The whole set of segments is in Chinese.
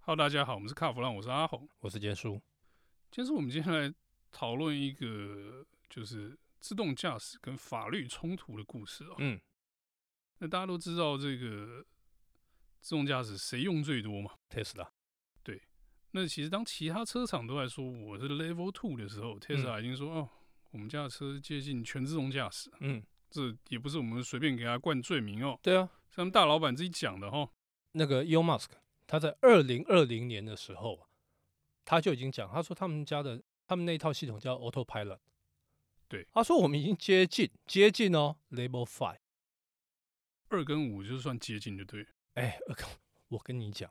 Hello，大家好，我们是卡弗朗，我是阿红。我是杰叔。今天是我们今天来讨论一个就是自动驾驶跟法律冲突的故事哦。嗯，那大家都知道这个自动驾驶谁用最多嘛？ Tesla，那其实当其他车厂都在说我是 Level Two 的时候，Tesla 已经说、哦，我们家的车接近全自动驾驶，嗯，这也不是我们随便给他冠罪名哦，对啊，是他们大老板自己讲的哦。那个 Elon Musk，他在二零二零年的时候啊，他就已经讲，他说他们家的他们那一套系统叫 Autopilot，对，他说我们已经接近接近哦，Level Five。二跟五就是算接近，就对了。哎， 我跟我跟你讲，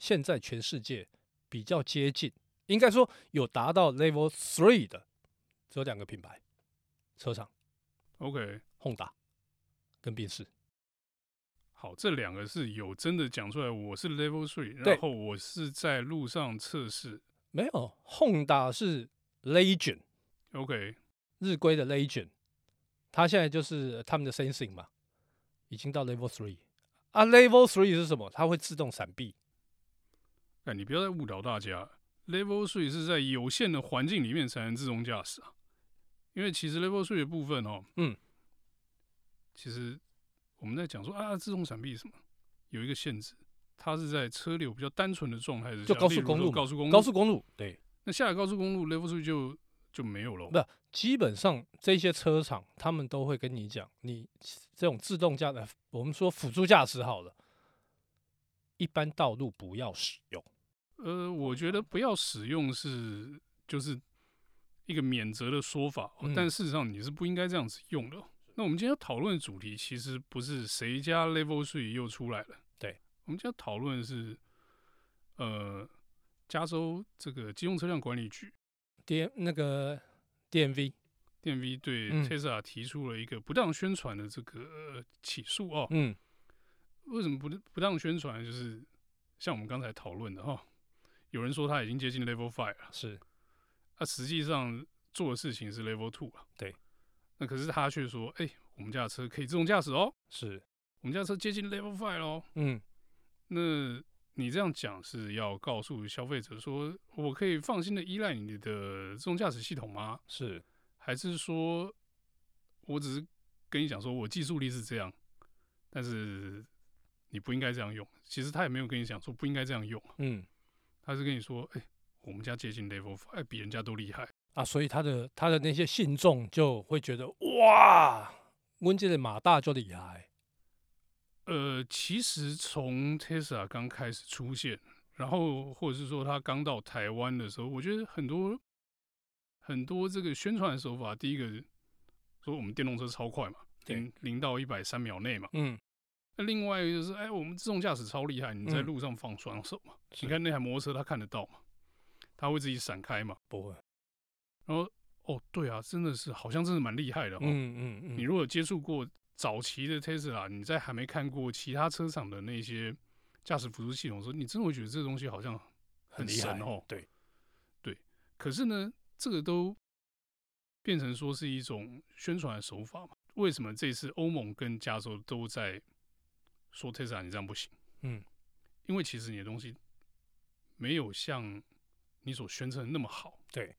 现在全世界比较接近，应该说有达到 Level Three 的，只有两个品牌，车厂 OK， Honda 跟宾士。好，这两个是有真的讲出来，我是 Level Three，对然后我是在路上测试。没有，Honda 是 Legend。 OK，日规的 Legend，它现在就是呃他们的 Sensing 嘛，已经到 Level Three 啊。Level Three 是什么？它会自动闪避。哎，你不要再误导大家了，Level Three 是在有限的环境里面才能自动驾驶啊。因为其实 Level Three 的部分哦，嗯，其实我们在讲说啊，自动闪避什么，有一个限制，它是在车流比较单纯的状态之下，就高速例如公说路嘛高速公路，高速公路对，那下了高速公路 Level Three 就就没有了。不基本上这些车厂他们都会跟你讲，你这种自动驾驶，我们说辅助驾驶好了，一般道路不要使用。呃，我觉得不要使用是就是一个免责的说法哦、嗯但事实上你是不应该这样子用的哦。那我们今天要讨论的主题其实不是谁家 Level Three 又出来了，对，我们今天要讨论的是呃加州这个机动车辆管理局 D 那个 DMV， DMV 对嗯 Tesla 提出了一个不当宣传的这个、呃起诉哦。嗯，为什么不不当宣传？就是像我们刚才讨论的哈、哦，有人说他已经接近 Level Five 了。是他啊实际上做的事情是 Level Two 啊。对。那可是他却说：“哎、我们家的车可以自动驾驶哦，是，我们家的车接近 Level Five 喽。嗯，”那你这样讲是要告诉消费者说，我可以放心的依赖你的自动驾驶系统吗？是还是说，我只是跟你讲说我技术力是这样，但是你不应该这样用？其实他也没有跟你讲说不应该这样用，啊嗯他是跟你说：“哎、我们家接近 Level Five，比哎人家都厉害。”啊，所以他的他的那些信众就会觉得哇，温这的马大就厉害，呃，其实从 Tesla 刚开始出现，然后或者是说它刚到台湾的时候，我觉得很多很多这个宣传的手法，第一个说我们电动车超快嘛，对零零到一百三秒内嘛，嗯，那另外一个就是哎，我们自动驾驶超厉害，你在嗯路上放双手嘛，是你看那台摩托车它看得到嘛，它会自哦己闪开嘛，不会，然后哦，对啊，真的是好像真的蛮厉害的哦，嗯嗯你嗯，如果有接触过早期的 Tesla，你在还没看过其他车厂的那些驾驶辅助系统的时候，你真的会觉得这东西好像……很厉害神哦对，可是呢，这个都变成说是一种宣传的手法嘛？为什么这次欧盟跟加州都在说 Tesla 你这样不行？嗯，因为其实你的东西没有像你所宣称的那么好。对，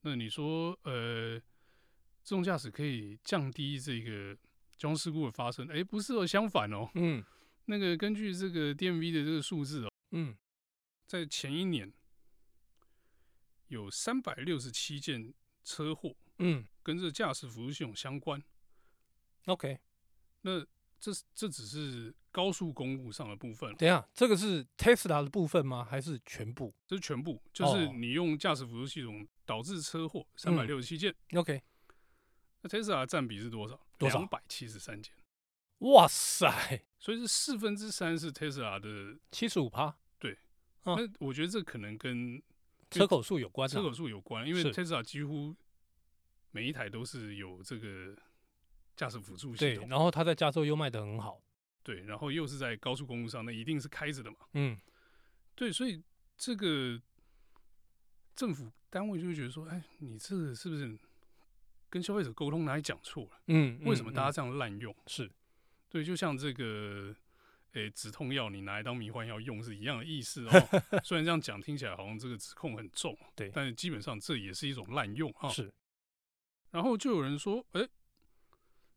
那你说，呃，自动驾驶可以降低这个交通事故的发生？哎，不是哦，相反哦，嗯那个根据这个 DMV 的这个数字哦，嗯，在前一年有三百六十七件车祸嗯跟这驾驶辅助系统相关。 ，OK，那这这只是高速公路上的部分哦，等一下，这个是 Tesla 的部分吗？还是全部这是全部，就是哦嗯你用驾驶辅助系统导致车祸三百六十七件。 ？OK，那 Tesla 的占比是多少？多少两百七十三件，哇塞，所以是四分之三是 Tesla 的。七十五趴，啊那我觉得这可能跟车口数有关、啊，车口数有关，因为是 Tesla 几乎每一台都是有这个驾驶辅助系对，统，然后它在加州又卖得很好，对，然后又是在高速公路上，那一定是开着的嘛。嗯，对，所以这个政府单位就会觉得说，哎，你这个是不是跟消费者沟通哪里讲错了？嗯为什么大家家这样滥用？是对，就像这个诶、止痛药你拿来当迷幻药用是一样的意思哦。 虽然这样讲听起来好像这个指控很重，对但是基本上这也是一种滥用啊。是然后就有人说，哎、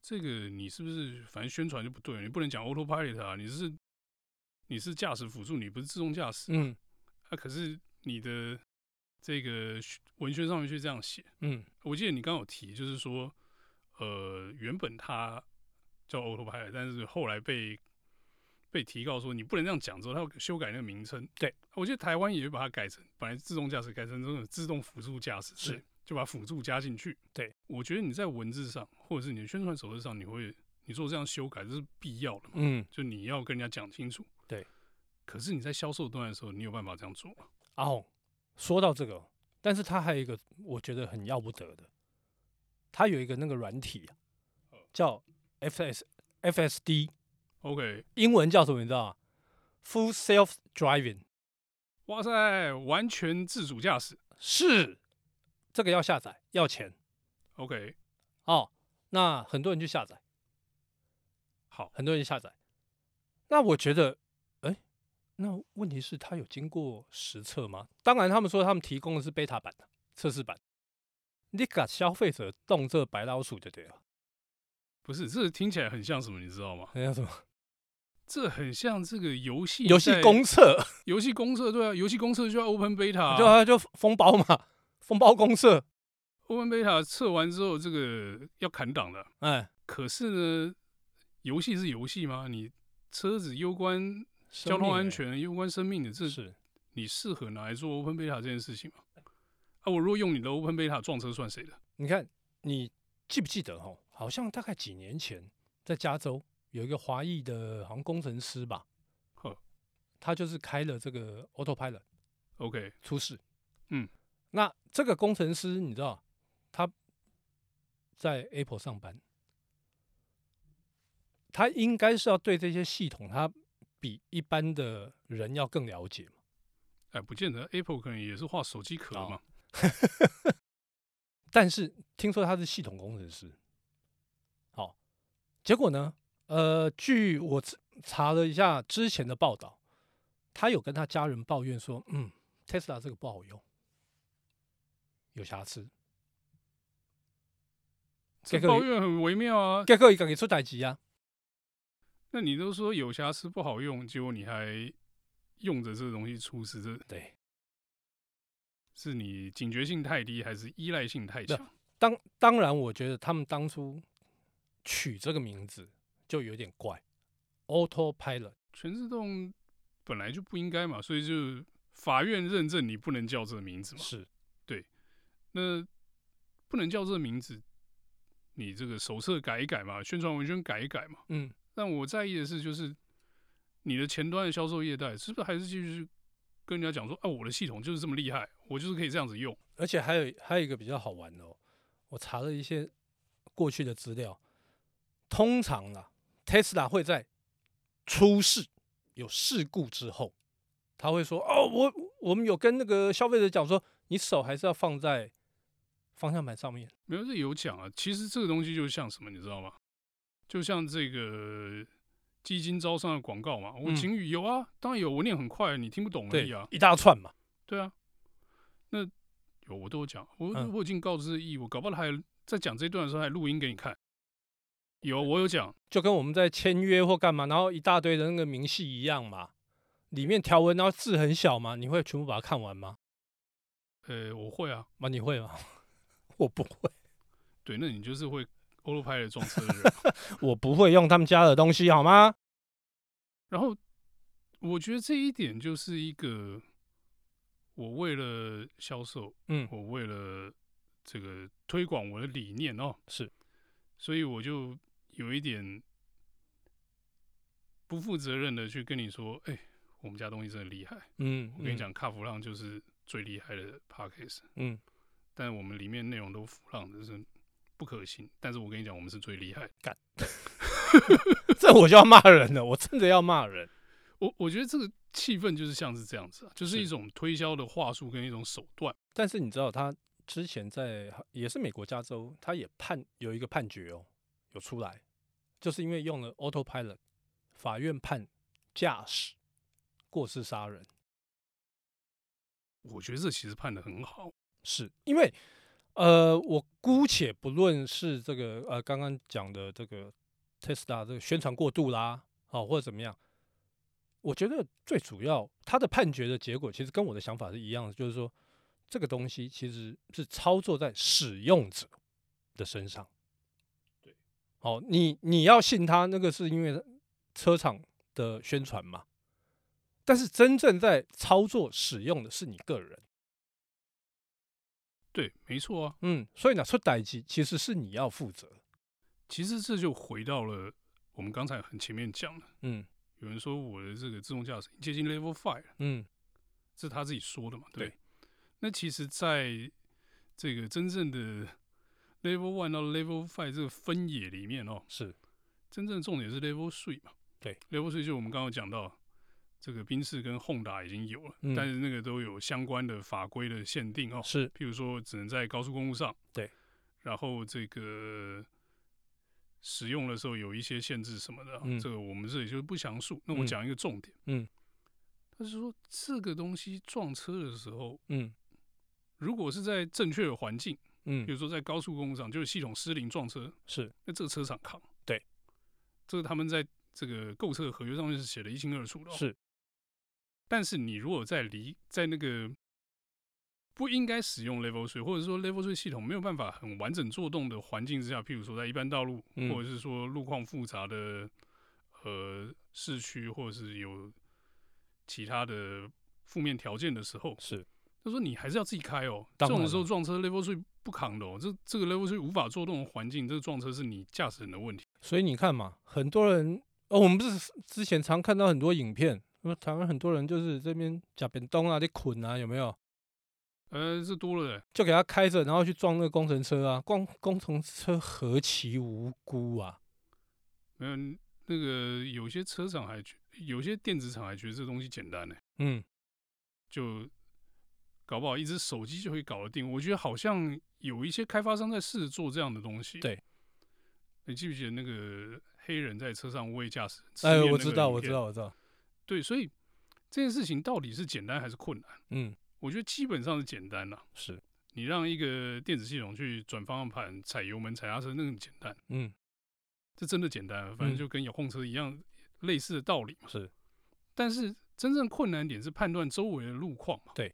这个你是不是反正宣传就不对，你不能讲 autopilot 啊，你是你是驾驶辅助，你不是自动驾驶、嗯啊。可是你的这个宣文宣上面却这样写，嗯我记得你刚刚有提，就是说，呃，原本它叫 autopilot，但是后来被被提告说你不能这样讲，之后它要修改那个名称。对，我记得台湾也把它改成，本来自动驾驶改成这种自动辅助驾驶，是对就把辅助加进去。对，我觉得你在文字上或者是你的宣传手册上，你会你做这样修改这是必要的嘛？嗯，就你要跟人家讲清楚。对，可是你在销售端的时候，你有办法这样做吗？阿红哦说到这个，但是他还有一个我觉得很要不得的，他有一个那个软体啊叫 FS FSD， OK，英文叫什么你知道吗？Full Self Driving 哇塞，完全自主驾驶。是这个要下载要钱 OK，哦，那很多人去下载。好，很多人下载。那我觉得，哎、那问题是它有经过实测吗？当然，他们说他们提供的是 beta 版的测试版。你给消费者动这白老鼠就对了，不是，这听起来很像什么，你知道吗？那叫什么这很像这个游戏游戏在公测，游戏公社，对啊，游戏公社就要 Open Beta，、啊、 就啊就封包嘛，封包公测， Open Beta 测完之后，这个要砍档的。哎，可是呢，游戏是游戏吗？你车子攸关交生命通安欸全、攸关生命的，这是你适合拿来做 Open Beta 这件事情吗？啊，我如果用你的 Open Beta 撞车，算谁的？你看，你记不记得哈？好像大概几年前，在加州有一个华裔的，好像工程师吧呵，他就是开了这个 Autopilot。 OK，出事。嗯，那这个工程师你知道，他在 Apple 上班，他应该是要对这些系统，他比一般的人要更了解嘛。哎，不见得，Apple 可能也是画手机壳哦嘛。但是听说他是系统工程师，好，结果呢，呃，据我自查了一下之前的报道，他有跟他家人抱怨说，嗯，Tesla 这个不好用，有瑕疵。这结果抱怨很微妙啊。结果伊家己出代志啊，那你都说有瑕疵不好用，结果你还用着这个东西出事，这对，是你警觉性太低，还是依赖性太强？当当然，我觉得他们当初取这个名字就有点怪，Autopilot 全自动本来就不应该嘛，所以就法院认证你不能叫这个名字嘛。是那不能叫这个名字，你这个手册改一改嘛，宣传文宣改一改嘛。嗯但我在意的是，就是你的前端的销售业态是不是还是继续跟人家讲说，啊，我的系统就是这么厉害，我就是可以这样子用。而且还有还有一个比较好玩的哦，我查了一些过去的资料，通常啦，Tesla 会在出事有事故之后，他会说哦，我我们有跟那个消费者讲说，你手还是要放在方向盘上面，没有，这有讲啊。其实这个东西就像什么，你知道吗？就像这个基金招商的广告嘛。我嗯警语有啊，当然有，我念很快，你听不懂而对已啊，。一大串嘛，对啊，那有我都有讲，我、嗯我已经告知义务，搞不好还在讲这段的时候还录音给你看。有，我有讲，就跟我们在签约或干嘛，然后一大堆的那个明细一样嘛，里面条文然后字很小嘛，你会全部把它看完吗？呃，我会啊，妈，你会吗？ 我不会，对，那你就是会欧陆派的撞车的人。 我不会用他们家的东西，好吗？然后我觉得这一点就是一个，我为了销售，嗯我为了这个推广我的理念哦，是，所以我就有一点不负责任的去跟你说，哎、我们家东西真的厉害，嗯，我跟你嗯，讲，卡弗浪就是最厉害的 podcast，嗯， 但我们里面内容都弗浪的是不可信，但是我跟你讲，我们是最厉害的。这我就要骂人了，我真的要骂人。我我觉得这个气氛就是像是这样子啊，就是是一种推销的话术跟一种手段。但是你知道，他之前在也是美国加州，他也判有一个判决哦，有出来，就是因为用了 autopilot，法院判驾驶、过失杀人，我觉得这其实判的很好。是因为，呃，我姑且不论是这个呃刚刚讲的这个 Tesla 这个宣传过度啦，好、或者怎么样，我觉得最主要他的判决的结果其实跟我的想法是一样的，就是说这个东西其实是操作在使用者的身上。对，哦，你你要信他那个是因为车厂的宣传嘛，但是真正在操作使用的是你个人。对，没错啊。嗯，所以呢，出代机其实是你要负责。其实这就回到了我们刚才很前面讲的，嗯有人说我的这个自动驾驶已经接近 Level Five 了，嗯，这是他自己说的嘛，对不对？对那其实，在这个真正的 Level One 到 Level Five 这个分野里面哦，是真正重点是 Level Three 嘛。对，Level Three 就是我们刚刚有讲到，这个宾士跟 Honda 已经有了，嗯但是那个都有相关的法规的限定哦，是，譬如说只能在高速公路上，对，然后这个使用的时候有一些限制什么的，啊嗯这个我们这里就不详述。那我嗯讲一个重点，嗯他是说这个东西撞车的时候，嗯如果是在正确的环境，比嗯如说在高速公路上，就是系统失灵撞车，是，那这个车厂扛。对，这个他们在这个购车合约上面是写的一清二楚的、哦。是，但是你如果在离在那个不应该使用 Level 税，或者说 Level 税系统没有办法很完整做动的环境之下，譬如说在一般道路，嗯或者是说路况复杂的呃市区，或者是有其他的负面条件的时候，是他说你还是要自己开哦，这当然种时候了撞车 level 税不扛的哦，这这个 level 税无法做动的环境，这个撞车是你驾驶人的问题。所以你看嘛，很多人哦，我们不是之前常看到很多影片，说台湾很多人就是这边假便东啊，得捆啊，有没有？呃，这多了欸，就给他开着，然后去撞那个工程车啊，逛工程车何其无辜啊！嗯、那个有些车厂还觉，有些电子厂还觉得这东西简单呢，嗯，就搞不好一只手机就可以搞得定。我觉得好像有一些开发商在试着做这样的东西。对，你记不记得那个黑人在车上无畏驾驶？哎，吃面我那知个道，影我知片。道，我知道，对，所以这件事情到底是简单还是困难？嗯，我觉得基本上是简单啦、是，你让一个电子系统去转方向盘、踩油门、踩刹车，那个很简单，嗯，这真的简单啊，反正嗯就跟遥控车一样，类似的道理嘛。是，但是真正困难点是判断周围的路况嘛。对，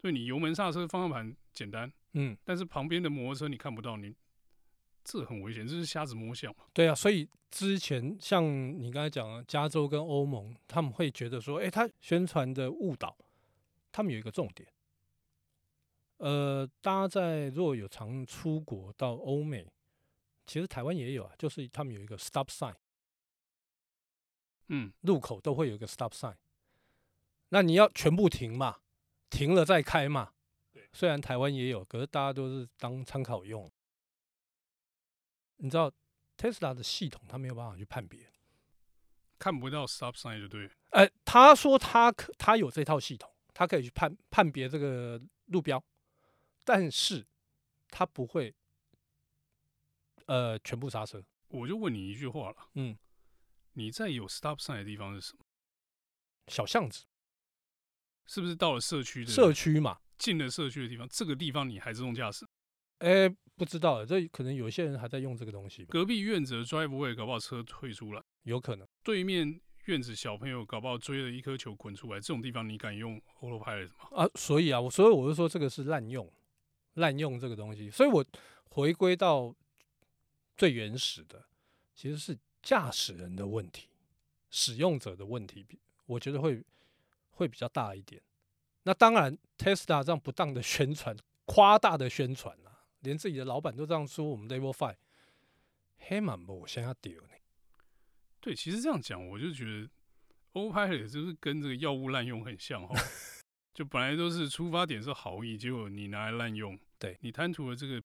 对你油门、刹车、方向盘简单，嗯，但是旁边的摩托车你看不到，你这很危险，这是瞎子摸象嘛。对啊，所以之前像你刚才讲的，加州跟欧盟，他们会觉得说，哎，他宣传的误导，他们有一个重点。呃，大家在如果有常出国到欧美，其实台湾也有啊，就是他们有一个 stop sign，嗯，路口都会有一个 stop sign。那你要全部停嘛，停了再开嘛。虽然台湾也有，可是大家都是当参考用。你知道 Tesla 的系统，它没有办法去判别。看不到 stop sign 就对了。呃，他说他可他有这套系统，他可以去判判别这个路标，但是他不会呃全部刹车。我就问你一句话了，嗯，你在有 stop sign 的地方是什么？小巷子、是不是到了社区的社区嘛，进了社区的地方，这个地方你还自动驾驶？哎，不知道，这可能有一些人还在用这个东西吧，隔壁院子的 driveway 搞不好车退出来，有可能。对面院子小朋友搞不好追了一颗球滚出来，这种地方你敢用 autopilot 吗？啊，所以啊，我所以我就说这个是滥用，滥用这个东西。所以我回归到最原始的，其实是驾驶人的问题，使用者的问题比，我觉得会会比较大一点。那当然，Tesla 这样不当的宣传，夸大的宣传啊，连自己的老板都这样说，我们 Level Five 黑满不想要丢呢。对，其实这样讲，我就觉得 autopilot 就是跟这个药物滥用很像哦， 就本来都是出发点是好意，结果你拿来滥用，对你贪图了这个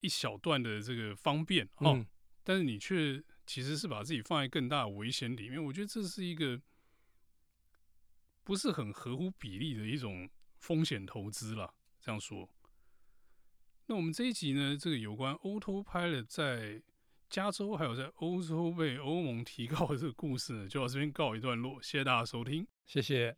一小段的这个方便哦，嗯，但是你却其实是把自己放在更大的危险里面。我觉得这是一个不是很合乎比例的一种风险投资啦。这样说，那我们这一集呢，这个有关 Autopilot 在加州还有在欧洲被欧盟提告的这个故事呢，就到这边告一段落。谢谢大家收听。谢谢。